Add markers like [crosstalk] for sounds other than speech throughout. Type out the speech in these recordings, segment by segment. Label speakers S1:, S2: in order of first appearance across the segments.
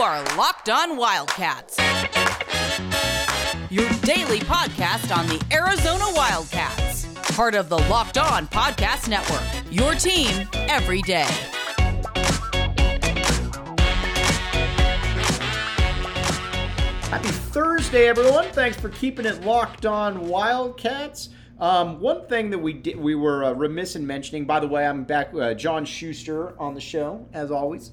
S1: are Locked On Wildcats. Your daily podcast on the Arizona Wildcats. Part of the Locked On Podcast Network. Your team every day.
S2: Happy Thursday, everyone. Thanks for keeping it locked on Wildcats. Um, one thing that we did, we were uh, remiss in mentioning, by the way, I'm back, uh, John Schuster on the show, as always,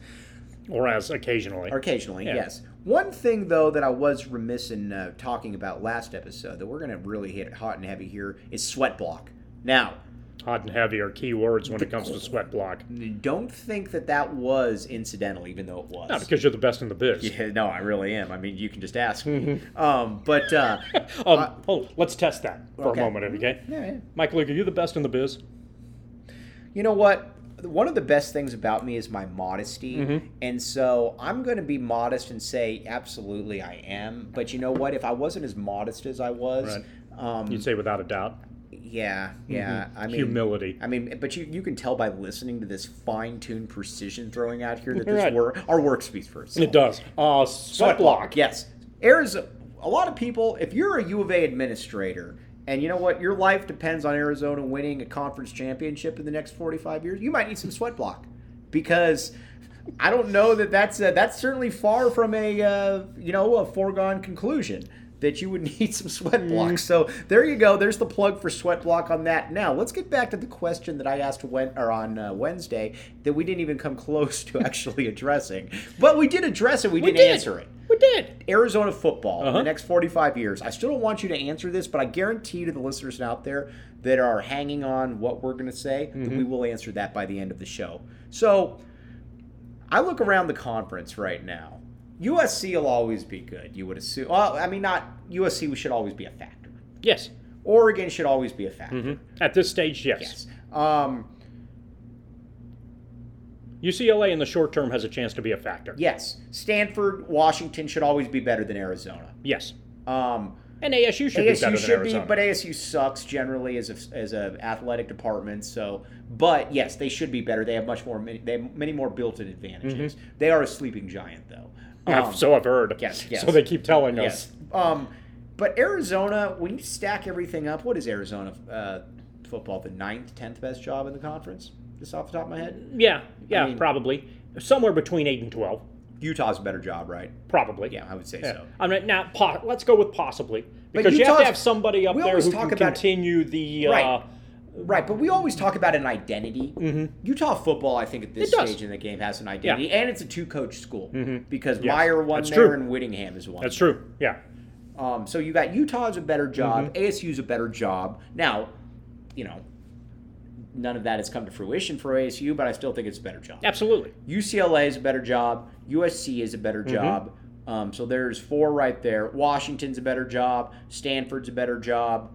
S3: or as occasionally.
S2: or occasionally,
S3: Yeah.
S2: yes. One thing, though, that I was remiss in uh, talking about last episode that we're going to really hit hot and heavy here is sweat block. Now,
S3: Hot and heavy are key words when it comes to sweat block.
S2: don't think that that was incidental, even though it was.
S3: Not because you're the best in the biz.
S2: [laughs] Yeah, no, I really am. I mean, you can just ask. me.
S3: Mm-hmm.
S2: um, but
S3: [laughs]
S2: uh,
S3: Um, oh, let's test that for
S2: okay.
S3: a moment, okay?
S2: yeah, yeah.
S3: Mike Luke, are you the best in the biz?
S2: you know what? One of the best things about me is my modesty.
S3: Mm-hmm.
S2: And so I'm going to be modest and say, absolutely, I am. But you know what? If I wasn't as modest as I was,
S3: Right.
S2: um,
S3: You'd say without a doubt.
S2: yeah, yeah. I mean,
S3: Humility.
S2: I mean, but you, you can tell by listening to this fine tuned precision throwing out here that
S3: You're
S2: this
S3: right.
S2: work, our work speaks for itself.
S3: It does. Uh, sweat,
S2: Sweat
S3: block.
S2: block, yes. Arizona, a lot of people, if you're a U of A administrator, and you know what, your life depends on Arizona winning a conference championship in the next 45 years, you might need some sweat block because I don't know that that's uh that's certainly far from a uh, you know a foregone conclusion that you would [laughs] need some sweat block. So there you go. There's the plug for sweat block on that. Now let's get back to the question that I asked when or on uh, Wednesday that we didn't even come [laughs] close to actually addressing, but we did address it. We, didn't
S3: did.
S2: answer it.
S3: We did.
S2: Arizona football in
S3: Uh-huh.
S2: the next 45 years. I still don't want you to answer this, but I guarantee to the listeners out there that are hanging on what we're going to say, that we will answer that by the end of the show. So I look around the conference right now. USC will always be good, you would assume. Well, I mean, not USC should always be a factor.
S3: Yes.
S2: Oregon should always be a factor.
S3: Mhm. At this stage, yes.
S2: Hmm? Yes. Um,
S3: UCLA in the short term has a chance to be a factor.
S2: yes. Stanford, Washington should always be better than Arizona.
S3: Yes.
S2: Um,
S3: And ASU should be
S2: ASU
S3: better
S2: should
S3: than Arizona.
S2: be, but ASU sucks generally as a, as a athletic department. So, but yes, they should be better. They have much more. Many, they have many more built-in advantages. They are a sleeping giant, though.
S3: [laughs] I've-
S2: Um,
S3: Mm-hmm. so I've heard.
S2: yes, yes.
S3: So they keep telling
S2: yes.
S3: us.
S2: Um, but Arizona, when you stack everything up, what is Arizona uh, football the ninth, tenth best job in the conference? Just off the top of my head,
S3: Yeah. Yeah,
S2: mean-
S3: probably. Somewhere between 8 and 12.
S2: Utah's a better job, right?
S3: Probably.
S2: Yeah, I would say
S3: Yeah.
S2: so.
S3: I mean, now po- let's go with possibly because you have to
S2: Utah's-
S3: have somebody up
S2: we
S3: there
S2: always
S3: who
S2: talk
S3: can
S2: about-
S3: continue the. Uh,
S2: Right. Right, but we always talk about an identity. Utah football, I think, at this
S3: Mm-hmm. It does. Mm-hmm.
S2: stage in the game has an identity, and it's a two-coach school because
S3: Yes,
S2: Meyer won
S3: that's
S2: there
S3: true.
S2: and Whittingham is one.
S3: That's true. Yeah.
S2: Um, so you got Utah's a better job,
S3: Mm-hmm.
S2: ASU's a better job. Now, you know, none of that has come to fruition for ASU, but I still think it's a better job.
S3: Absolutely.
S2: UCLA is a better job. USC is a better
S3: Mm-hmm.
S2: job. Um, so there's four right there. Washington's a better job. Stanford's a better job.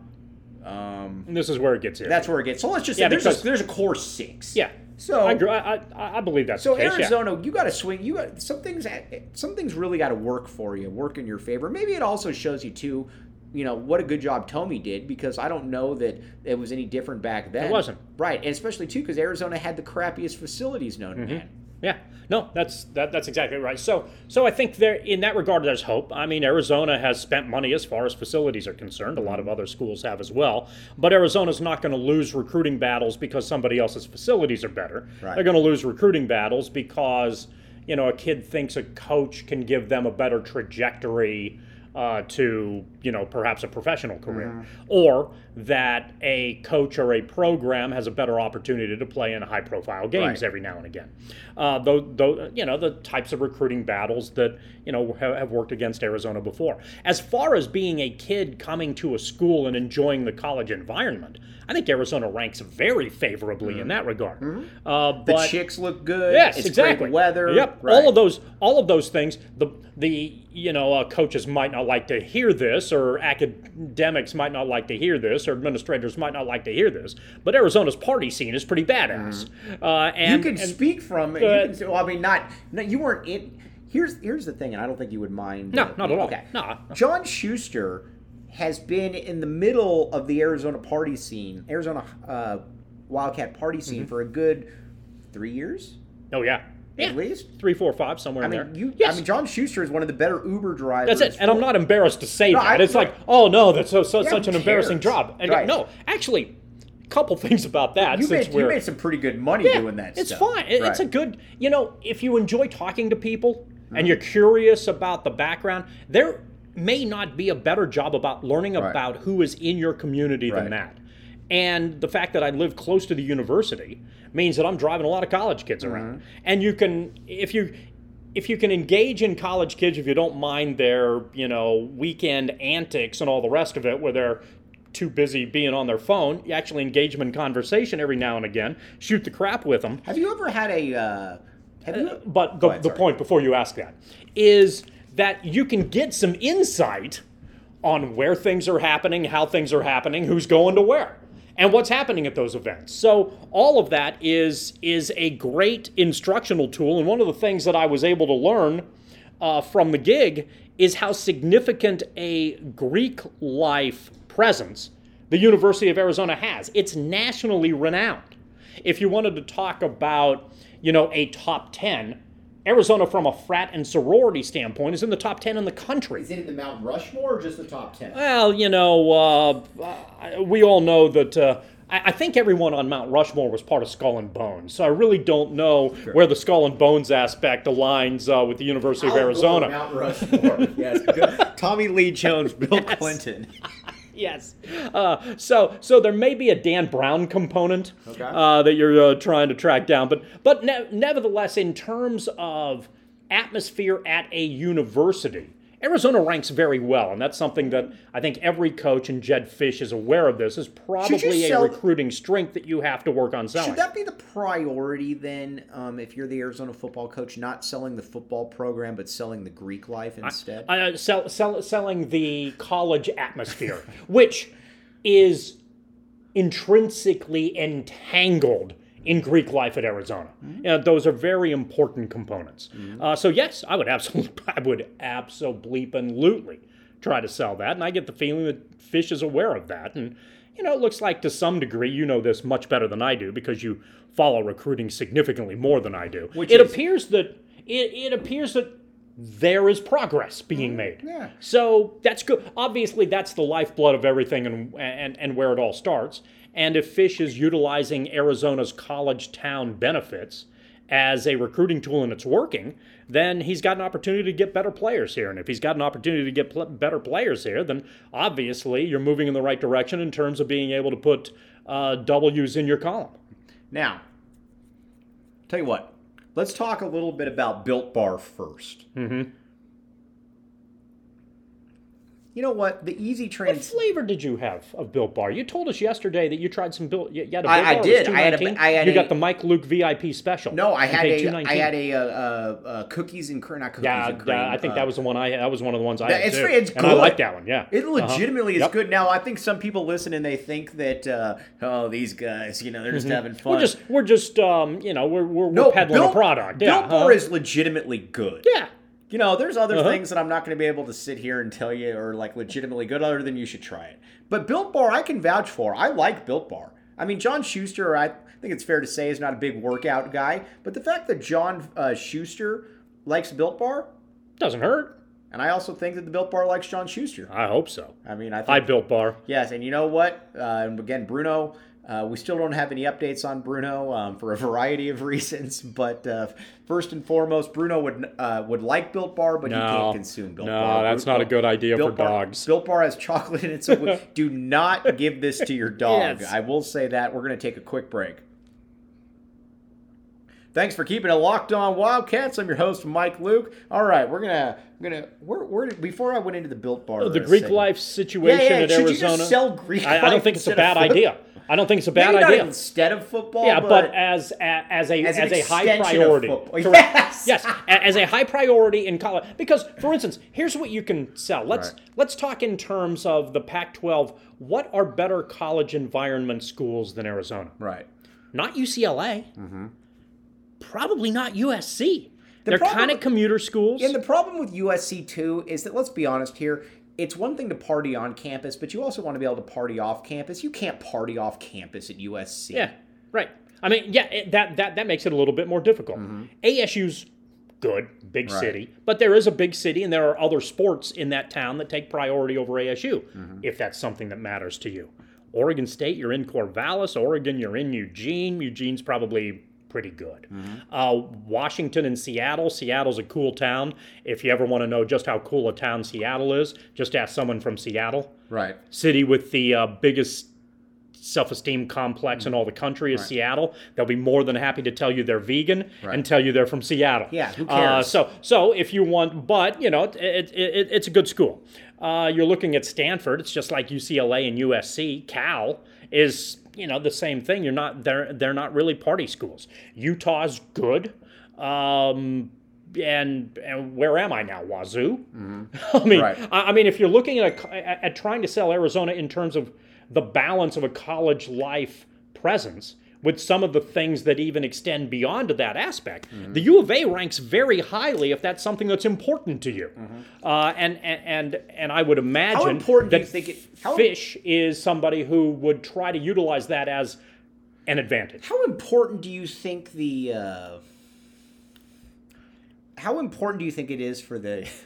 S2: Um,
S3: And this is where it gets in.
S2: that's where it gets. So let's just say
S3: Yeah,
S2: there's,
S3: because-
S2: a, there's a core six.
S3: yeah.
S2: So-
S3: I, agree- I, I, I believe that's
S2: So
S3: the case, yeah.
S2: Arizona, you got to swing. You got some things. Some things really got to work for you, work in your favor. Maybe it also shows you too, you know, what a good job Tomey did because I don't know that it was any different back then.
S3: It wasn't.
S2: right, and especially too because Arizona had the crappiest facilities known
S3: Mm-hmm.
S2: to man.
S3: Yeah, no, that's that, that's exactly right. So, so I think there in that regard, there's hope. I mean, Arizona has spent money as far as facilities are concerned. A lot of other schools have as well, but Arizona's not going to lose recruiting battles because somebody else's facilities are better.
S2: Right.
S3: They're going to lose recruiting battles because you know a kid thinks a coach can give them a better trajectory. Uh, to you know perhaps a professional career or that a coach or a program has a better opportunity to play in high profile games
S2: Right.
S3: every now and again. Uh, though, though, you know, the types of recruiting battles that, you know, have, have worked against Arizona before. As far as being a kid coming to a school and enjoying the college environment, I think Arizona ranks very favorably in that regard. Uh,
S2: The
S3: but,
S2: chicks look good.
S3: Yes,
S2: it's
S3: exactly.
S2: Great weather.
S3: Yep.
S2: Right.
S3: All of those. All of those things. The the you know uh, coaches might not like to hear this, or academics might not like to hear this, or administrators might not like to hear this. But Arizona's party scene is pretty badass. Uh, and,
S2: Mm-hmm. You can
S3: and-
S2: speak from. You
S3: uh,
S2: can, say- well, I mean, not. No, you weren't in. Here's here's the thing, and I don't think you would mind.
S3: No,
S2: uh,
S3: not at all.
S2: Okay.
S3: No.
S2: John Schuster has been in the middle of the Arizona party scene,
S3: Mm-hmm.
S2: Arizona uh, Wildcat party scene for a good three years.
S3: Oh yeah.
S2: at least.
S3: Three, four, five, somewhere
S2: I
S3: in
S2: mean,
S3: there.
S2: you.
S3: Yes.
S2: I mean, John Schuster is one of the better Uber drivers.
S3: That's it. And I'm not embarrassed to say
S2: No,
S3: that.
S2: I-
S3: it's like, oh no, that's so, so,
S2: Yeah,
S3: such
S2: who
S3: an embarrassing
S2: cares?
S3: job. And
S2: Right.
S3: no, actually, a couple [laughs] things about that.
S2: You
S3: since
S2: made,
S3: we're,
S2: you made some pretty good money
S3: Yeah,
S2: doing that.
S3: It's
S2: stuff.
S3: fine. It- It's a
S2: Right. Mm-hmm.
S3: good, you know, if you enjoy talking to people and you're curious about the background, there may not be a better job about learning
S2: Right.
S3: about who is in your community
S2: Right.
S3: than that. And the fact that I live close to the university means that I'm driving a lot of college kids around. And you can, if you, if you can engage in college kids, if you don't mind their, you know, weekend antics and all the rest of it, where they're too busy being on their phone, you actually engage them in conversation every now and again, shoot the crap with them.
S2: Have you ever had a? Uh, have you?
S3: But
S2: Go
S3: the,
S2: ahead,
S3: the
S2: sorry.
S3: point before you ask that is that you can get some insight on where things are happening, how things are happening, who's going to where, and what's happening at those events. So all of that is is a great instructional tool. And one of the things that I was able to learn uh, from the gig is how significant a Greek life presence the University of Arizona has. It's nationally renowned. If you wanted to talk about, you know, a top 10, Arizona from a frat and sorority standpoint is in the top 10 in the country.
S4: Is it in the Mount Rushmore or just the top ten?
S3: Well, you know, uh, uh, we all know that. Uh, I I think everyone on Mount Rushmore was part of Skull and Bones, so I really don't know where the Skull and Bones aspect aligns uh, with the University of
S4: I'll go for
S3: Arizona.
S4: Mount Rushmore. yes. Good.
S2: [laughs] Tommy Lee Jones, Bill Clinton.
S3: yes. Uh, so so there may be a Dan Brown component
S4: Okay.
S3: uh, that you're uh, trying to track down, but but ne- nevertheless, in terms of atmosphere at a university. Arizona ranks very well, and that's something that I think every coach and Jed Fish is aware of. This is probably a
S2: sell-
S3: recruiting strength that you have to work on selling.
S2: Should that be the priority then? Um, if you're the Arizona football coach, not selling the football program, but selling the Greek life instead.
S3: Uh, sell, sell, selling the college atmosphere, [laughs] which is intrinsically entangled in Greek life at Arizona. Uh, those are very important components. Uh, so yes, I would absolutely, [laughs] I would absolutely try to sell that, and I get the feeling that Fish is aware of that, and. You know, it looks like to some degree you know this much better than I do because you follow recruiting significantly more than I do. it
S2: is-
S3: appears that it, it appears that there is progress being made. Yeah. So that's good. Obviously, that's the lifeblood of everything and, and, and where it all starts. And if Fish is utilizing Arizona's college town benefits as a recruiting tool and it's working, then he's got an opportunity to get better players here. And if he's got an opportunity to get pl- better players here, then obviously you're moving in the right direction in terms of being able to put uh, W's in your column.
S2: Now, tell you what, let's talk a little bit about Built Bar 1st Mm-hmm. You know what? The easy
S3: What
S2: trans.
S3: flavor did you have of Built Bar? You told us yesterday that you tried some Built. You, you had a Built
S2: I- I
S3: Bar. it was
S2: did. I had a-
S3: $2.19.
S2: I had
S3: you
S2: a-
S3: got the Mike Luke VIP special.
S2: No, I
S3: You
S2: had
S3: paid
S2: a I
S3: $2.19.
S2: had a uh, uh, uh, cookies and cream. Not cookies
S3: Yeah,
S2: and cream.
S3: yeah, I think
S2: uh,
S3: that was the one I had. That was one of the ones I
S2: That-
S3: had
S2: it's
S3: too.
S2: free- it's
S3: and I
S2: good.
S3: like that one. Yeah,
S2: It legitimately is
S3: Uh-huh. Yep.
S2: good. Now, I think some people listen and they think that, uh, oh, these guys, you know, they're just having fun.
S3: Mm-hmm. we're just we're just um you know we're we're, we're
S2: no,
S3: peddling
S2: Built-
S3: a product. Yeah,
S2: Built Bar
S3: huh?
S2: is legitimately good.
S3: yeah.
S2: You know, there's other
S3: Uh-huh.
S2: things that I'm not going to be able to sit here and tell you are like legitimately good, other than you should try it. But Built Bar, I can vouch for. I like Built Bar. I mean, John Schuster, I think it's fair to say, is not a big workout guy. But the fact that John uh, Schuster likes Built Bar,
S3: Doesn't hurt.
S2: and I also think that the Built Bar likes John Schuster.
S3: I hope so.
S2: I mean, I think
S3: I Built Bar.
S2: Yes, and you know what? Uh, and again, Bruno. Uh, we still don't have any updates on Bruno um, for a variety of [laughs] reasons, but uh, first and foremost, Bruno would uh, would like Built Bar, but he
S3: No.
S2: can't consume Built
S3: No,
S2: Bar.
S3: that's
S2: Built-
S3: not a good idea
S2: Built
S3: for
S2: Bar-
S3: dogs.
S2: Built Bar has chocolate in it, so
S3: [laughs]
S2: we- do not give this to your dog.
S3: Yes.
S2: I will say that. We're going to take a quick break. Thanks for keeping it locked on Wildcats. I'm your host, Mike Luke. All right, we're gonna, I'm gonna, where, where, did- before I went into the Built Bar,
S3: The Greek
S2: segment-
S3: life situation
S2: yeah, yeah.
S3: at
S2: Should you just
S3: Arizona.
S2: sell Greek
S3: I, I
S2: life
S3: don't think it's a
S2: instead of
S3: bad
S2: food?
S3: idea. I don't think it's a
S2: [laughs]
S3: bad
S2: Maybe
S3: idea.
S2: Not instead of football,
S3: Yeah,
S2: but,
S3: but, as as as a as,
S2: as, an
S3: a high
S2: extension of [laughs]
S3: priority.
S2: football.
S3: Correct.
S2: Yes.
S3: Yes, a- as a high priority in college. Because, for instance, here's what you can sell. Let's
S2: Right.
S3: let's talk in terms of the Pac-12. What are better college environment schools than Arizona?
S2: right.
S3: Not UCLA. Probably not USC.
S2: Mm-hmm. The
S3: They're
S2: problem-
S3: kind of commuter schools.
S2: And the problem with USC too is that let's be honest here. It's one thing to party on campus, but you also want to be able to party off campus. You can't party off campus at USC.
S3: yeah, right. I mean, yeah, it, that that that makes it a little bit more difficult. ASU's good, big city, but there is a big city, and there are other sports in that town that take priority over ASU, if that's something that matters to you. Oregon State, you're in Corvallis. Oregon, you're in Eugene. Eugene's probably pretty good. Uh, Washington and Seattle. Seattle's a cool town. If you ever want to know just how cool a town Seattle is, just ask someone from Seattle
S2: Right.
S3: city with the uh, biggest self-esteem complex in all the country is Seattle. They'll be more than happy to tell you they're vegan and tell you they're from Seattle.
S2: Yeah, who
S3: Uh,
S2: cares?
S3: so, so if you want, but you know, it, it, it, it's a good school. Uh, you're looking at Stanford. It's just like UCLA and USC. Cal is you know the same thing. You're not they're they're not really party schools. Utah's good. Um, and and where am I now? Wazoo.
S2: Mm-hmm.
S3: [laughs] I mean,
S2: Right.
S3: I, I mean, if you're looking at, a, co- at at trying to sell Arizona in terms of the balance of a college life presence with some of the things that even extend beyond to that aspect,
S2: Mm-hmm.
S3: the U of A ranks very highly if that's something that's important to you. Uh, and, and and and I would imagine
S2: Mm-hmm. important do
S3: that
S2: you think it- how-
S3: Fish is somebody who would try to utilize that as an advantage.
S2: How important do you think the uh, how important do you think it is for the [laughs]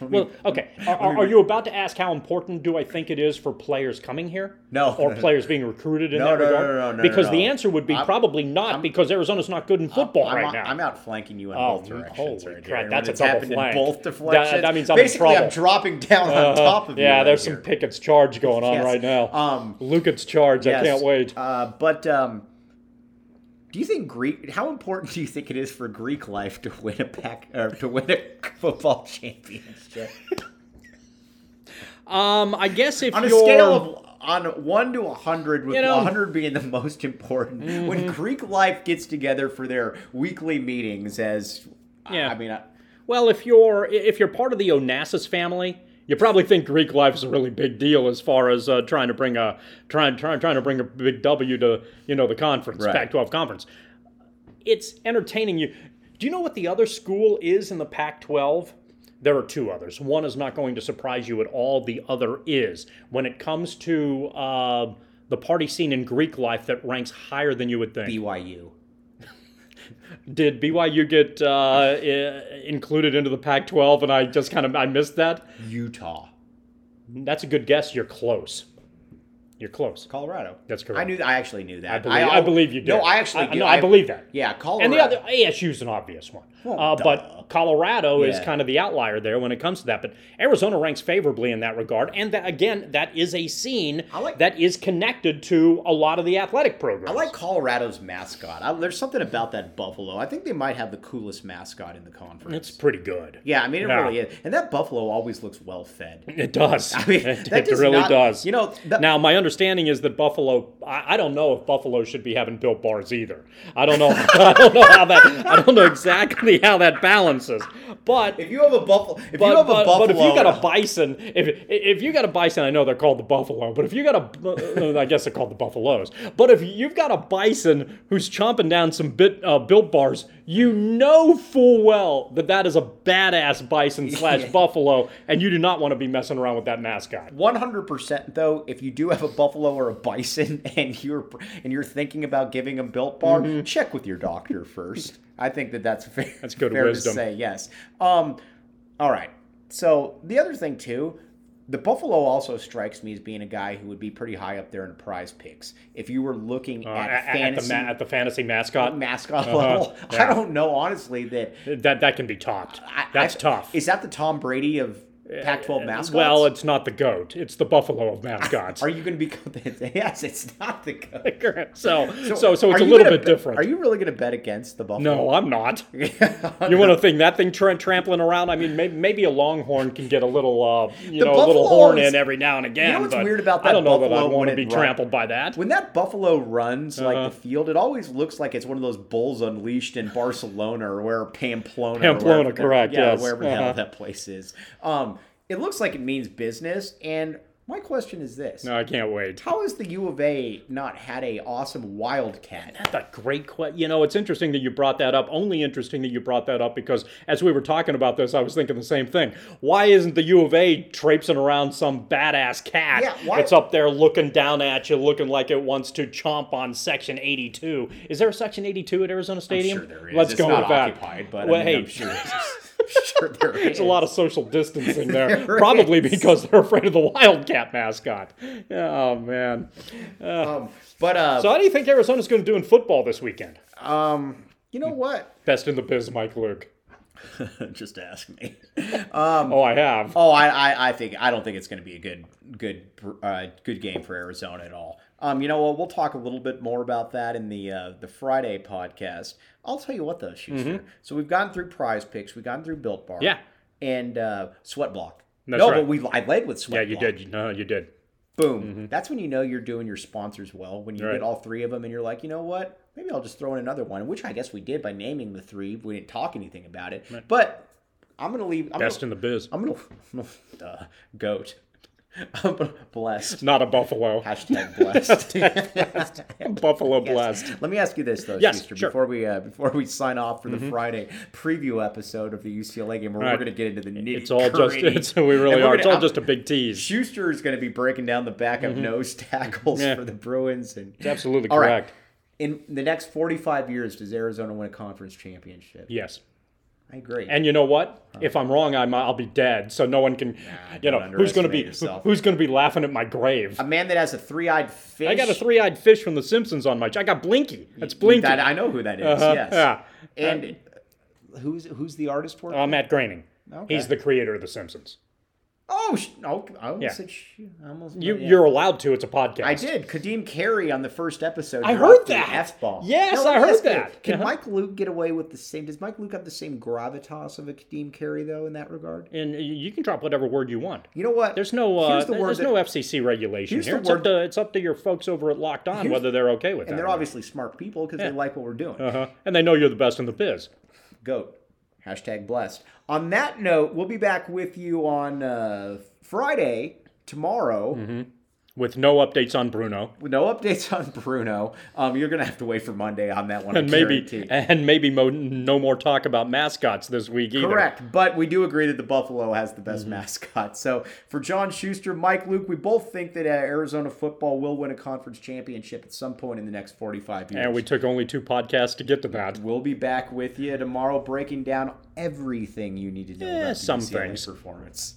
S2: Let me-
S3: Well, okay. Are, are, are you about to ask how important do I think it is for players coming here?
S2: No.
S3: Or players being recruited in
S2: No, no,
S3: that
S2: no,
S3: regard?
S2: no, no, no,
S3: because
S2: no.
S3: the answer would be probably not because Arizona's not good in football
S2: I'm,
S3: right
S2: out-
S3: now.
S2: I'm outflanking you in
S3: Oh,
S2: both directions.
S3: holy
S2: right
S3: crap,
S2: here.
S3: that's a
S2: it's
S3: double
S2: happened
S3: flank.
S2: in both
S3: That-
S2: deflections.
S3: that means I'm in
S2: Basically,
S3: trouble. Uh,
S2: dropping down on top of you.
S3: [laughs] yeah,
S2: right
S3: there's
S2: here.
S3: some Pickett's charge going on
S2: Yes.
S3: right now.
S2: Um,
S3: Lucas charge. I
S2: Yes.
S3: can't wait.
S2: Uh, but um, do you think Greek? How important do you think it is for Greek life to win a pack or to win a [laughs] football championship?
S3: Um, I guess if
S2: on a
S3: you're
S2: scale of on one to a hundred, with
S3: You know- mm-hmm.
S2: hundred being the most important, when Greek life gets together for their weekly meetings, as
S3: Yeah.
S2: I mean, uh, I,
S3: well, if you're if you're part of the Onassis family. You probably think Greek life is a really big deal as far as uh, trying to bring a trying trying trying to bring a big W to you know the conference
S2: Right.
S3: Pac-12 conference. it's entertaining you. Do you know what the other school is in the Pac 12? There are two others. One is not going to surprise you at all, the other is. When it comes to uh, the party scene in Greek life that ranks higher than you would think.
S2: BYU.
S3: Did BYU get uh, i- included into the Pac 12 and I just kind of I missed that?
S2: Utah,
S3: That's a good guess. You're close. You're close.
S2: Colorado.
S3: That's correct.
S2: I knew. I actually knew that.
S3: I believe, I, believe you did.
S2: No, I actually.
S3: I,
S2: do.
S3: no, I believe that.
S2: Yeah, Colorado.
S3: And the other ASU's an obvious one,
S2: Well,
S3: uh,
S2: duh.
S3: but Colorado is
S2: Yeah.
S3: kind of the outlier there when it comes to that. But Arizona ranks favorably in that regard, and that, again, that is a scene
S2: I like-
S3: that is connected to a lot of the athletic programs.
S2: I like Colorado's mascot. I, there's something about that buffalo. I think they might have the coolest mascot in the conference.
S3: It's pretty good.
S2: yeah, I mean it
S3: Yeah.
S2: really is. And that buffalo always looks well fed.
S3: [laughs] It does.
S2: I mean,
S3: it
S2: that
S3: it
S2: does
S3: really
S2: not-
S3: does.
S2: you know, that-
S3: now my understanding is that Buffalo. I, I don't know if Buffalo should be having built bars either. I don't know. [laughs] I don't know how that. I don't know exactly how that balances. But
S2: If you have a buffalo, if
S3: But,
S2: you have
S3: but,
S2: a buffalo,
S3: but if you got a bison, if if you got a bison, I know they're called the buffalo. But if you got a, [laughs] I guess they're called the buffaloes. But if you've got a bison who's chomping down some bit uh, built bars, you know full well that that is a badass
S2: [laughs]
S3: bison slash buffalo, and you do not want to be messing around with that mascot.
S2: 100% though if you do have a buffalo or a bison [laughs] and you're and you're thinking about giving them built bar check with your doctor first i think that that's fair
S3: Mm-hmm. That's good
S2: fair
S3: wisdom.
S2: to say yes um all right so the other thing too the buffalo also strikes me as being a guy who would be pretty high up there in prize picks if you were looking
S3: Uh,
S2: at,
S3: at, at
S2: fantasy
S3: the ma- at the fantasy mascot,
S2: mascot [laughs]
S3: Uh-huh.
S2: level
S3: Yeah.
S2: i don't know honestly that
S3: that that can be topped.
S2: I,
S3: That's
S2: I-
S3: tough. Uh,
S2: is that the tom brady of pac 12 mascots
S3: well, it's not the goat. It's the buffalo of mascots.
S2: [laughs] are you going to be yes it's not the goat [laughs]
S3: [laughs] so, so, so it's
S2: Are
S3: a
S2: you
S3: little
S2: gonna
S3: bit
S2: bet-
S3: different.
S2: Are you really going to bet against the
S3: No,
S2: Buffalo?
S3: I'm not.
S2: No.
S3: You want to think that thing tra- trampling around? I mean, maybe, maybe a longhorn can get a little, uh, you
S2: The
S3: know, a little
S2: buffalo
S3: horn
S2: is-
S3: in every now and again.
S2: what's
S3: but
S2: weird about
S3: I
S2: that
S3: don't know that I
S2: buffalo
S3: want
S2: when
S3: to
S2: it
S3: be
S2: run-
S3: trampled by
S2: [laughs]
S3: that.
S2: when that Buffalo runs like
S3: Uh-huh.
S2: the field, it always looks like it's one of those bulls unleashed in Barcelona or where Pamplona. or
S3: Pamplona,
S2: wherever the-
S3: correct,
S2: Yeah,
S3: yes.
S2: wherever the
S3: Uh-huh.
S2: hell that place is. Um, it looks like it means business, and My question is this:
S3: No, I can't wait.
S2: How has the U of A not had a awesome Wildcat?
S3: That's a great question. You know, it's interesting that you brought that up. Only interesting that you brought that up because as we were talking about this, I was thinking the same thing. Why isn't the U of A traipsing around some badass cat
S2: Yeah, why-
S3: that's up there looking down at you, looking like it wants to chomp on Section 82? Is there a Section 82 at Arizona Stadium?
S4: sure there is.
S3: Let's
S4: It's
S3: go
S4: not
S3: with that.
S4: occupied, but I
S3: well,
S4: mean,
S3: hey,
S4: I'm sure
S2: [laughs] sure, there
S3: [laughs] There's a lot
S2: [laughs]
S3: of social distancing there,
S2: There
S3: probably
S2: is.
S3: because they're afraid of the [laughs] Wildcat mascot. Oh man!
S2: Um, but uh,
S3: So how do you think Arizona's going to do in football this weekend?
S2: um, you [laughs] know what?
S3: Best in the biz, Mike Luke.
S2: Just ask me. [laughs]
S3: Oh, I have.
S2: Oh, I, I, I think I don't think it's going to be a good, good, uh, good game for Arizona at all. Um, you know what? We'll talk a little bit more about that in the uh, the Friday podcast. I'll tell you what, though, Schuster. So we've gone through Prize Picks, we've gone through Built Bar,
S3: Mm-hmm. Yeah.
S2: and uh, Sweat Block.
S3: That's
S2: no,
S3: right.
S2: but we I led with
S3: Yeah,
S2: Sweat.
S3: you
S2: Block.
S3: did. You- No, you did.
S2: Boom. That's when you know you're doing your sponsors well. When you
S3: Mm-hmm. Right.
S2: get all three of them, and you're like, you know what? Maybe I'll just throw in another one, which I guess we did by naming the three. We didn't talk anything about it, but I'm gonna leave. I'm
S3: Best
S2: gonna,
S3: in the biz.
S2: I'm gonna [laughs] uh, goat. I'm gonna- blessed.
S3: Not a buffalo.
S2: Hashtag blessed.
S3: [laughs]
S2: [laughs]
S3: buffalo blessed.
S2: Let me ask you this though,
S3: Yes,
S2: Schuster,
S3: sure. Mm-hmm.
S2: before we uh, before we sign off for the Friday preview episode of the UCLA game, where we're
S3: right.
S2: going to get into the nitty.
S3: It's all just. It's, we really are. It's all just a big [laughs] tease.
S2: Schuster is going to be breaking down the backup nose tackles
S3: Mm-hmm. Yeah.
S2: for the Bruins, and
S3: Absolutely
S2: All right.
S3: correct.
S2: In the next forty-five years, does Arizona win a conference championship?
S3: Yes.
S2: I agree.
S3: And you know what? If I'm wrong, I'm I'll be dead. So no one can. you know
S2: don't
S3: who's going to be
S2: underestimate yourself.
S3: who's going to be laughing at my grave.
S2: a man that has a three-eyed fish.
S3: I got a three-eyed fish from The Simpsons on my. I got Blinky. That's Blinky.
S2: That, I know who that is,
S3: Uh-huh,
S2: Yes.
S3: yeah.
S2: And who's who's the artist for? it?
S3: Uh, Matt Groening.
S2: Okay.
S3: He's the creator of The Simpsons.
S2: oh, sh- oh, I almost
S3: Yeah.
S2: said sh- I almost.
S3: You,
S2: yeah.
S3: You're allowed to. It's a podcast.
S2: I did. Kadeem Carey on the first episode.
S3: I
S2: dropped
S3: heard
S2: the
S3: that.
S2: F bomb.
S3: Yes, I heard that.
S2: Can
S3: Uh-huh.
S2: Mike Luke get away with the same? Does Mike Luke have the same gravitas of a Kadeem Carey though in that regard?
S3: And y- you can drop whatever word you want.
S2: You know what?
S3: There's no uh,
S2: Here's the word
S3: there's
S2: that-
S3: no FCC regulation
S2: here's
S3: here.
S2: the
S3: It's
S2: word-
S3: up to it's up to your folks over at Locked On whether they're okay with that.
S2: and they're
S3: or not.
S2: obviously smart people because they like what we're doing.
S3: Uh-huh. And they know you're the best in the biz.
S2: Goat. Hashtag blessed. On that note, we'll be back with you on uh, Friday tomorrow.
S3: Mm-hmm. With no updates on Bruno.
S2: with No updates on Bruno. Um, you're gonna have to wait for Monday on that one. I
S3: And [laughs] maybe
S2: guarantee.
S3: and maybe mo- no more talk about mascots this week either.
S2: Correct, but we do agree that the Buffalo has the
S3: Mm-hmm.
S2: best mascot. So for John Schuster, Mike Luke, we both think that uh, Arizona football will win a conference championship at some point in the next 45 years.
S3: And we took only two podcasts to get to that.
S2: We'll be back with you tomorrow, breaking down everything you need to know
S3: Eh,
S2: about the
S3: some
S2: UCLA
S3: things.
S2: performance.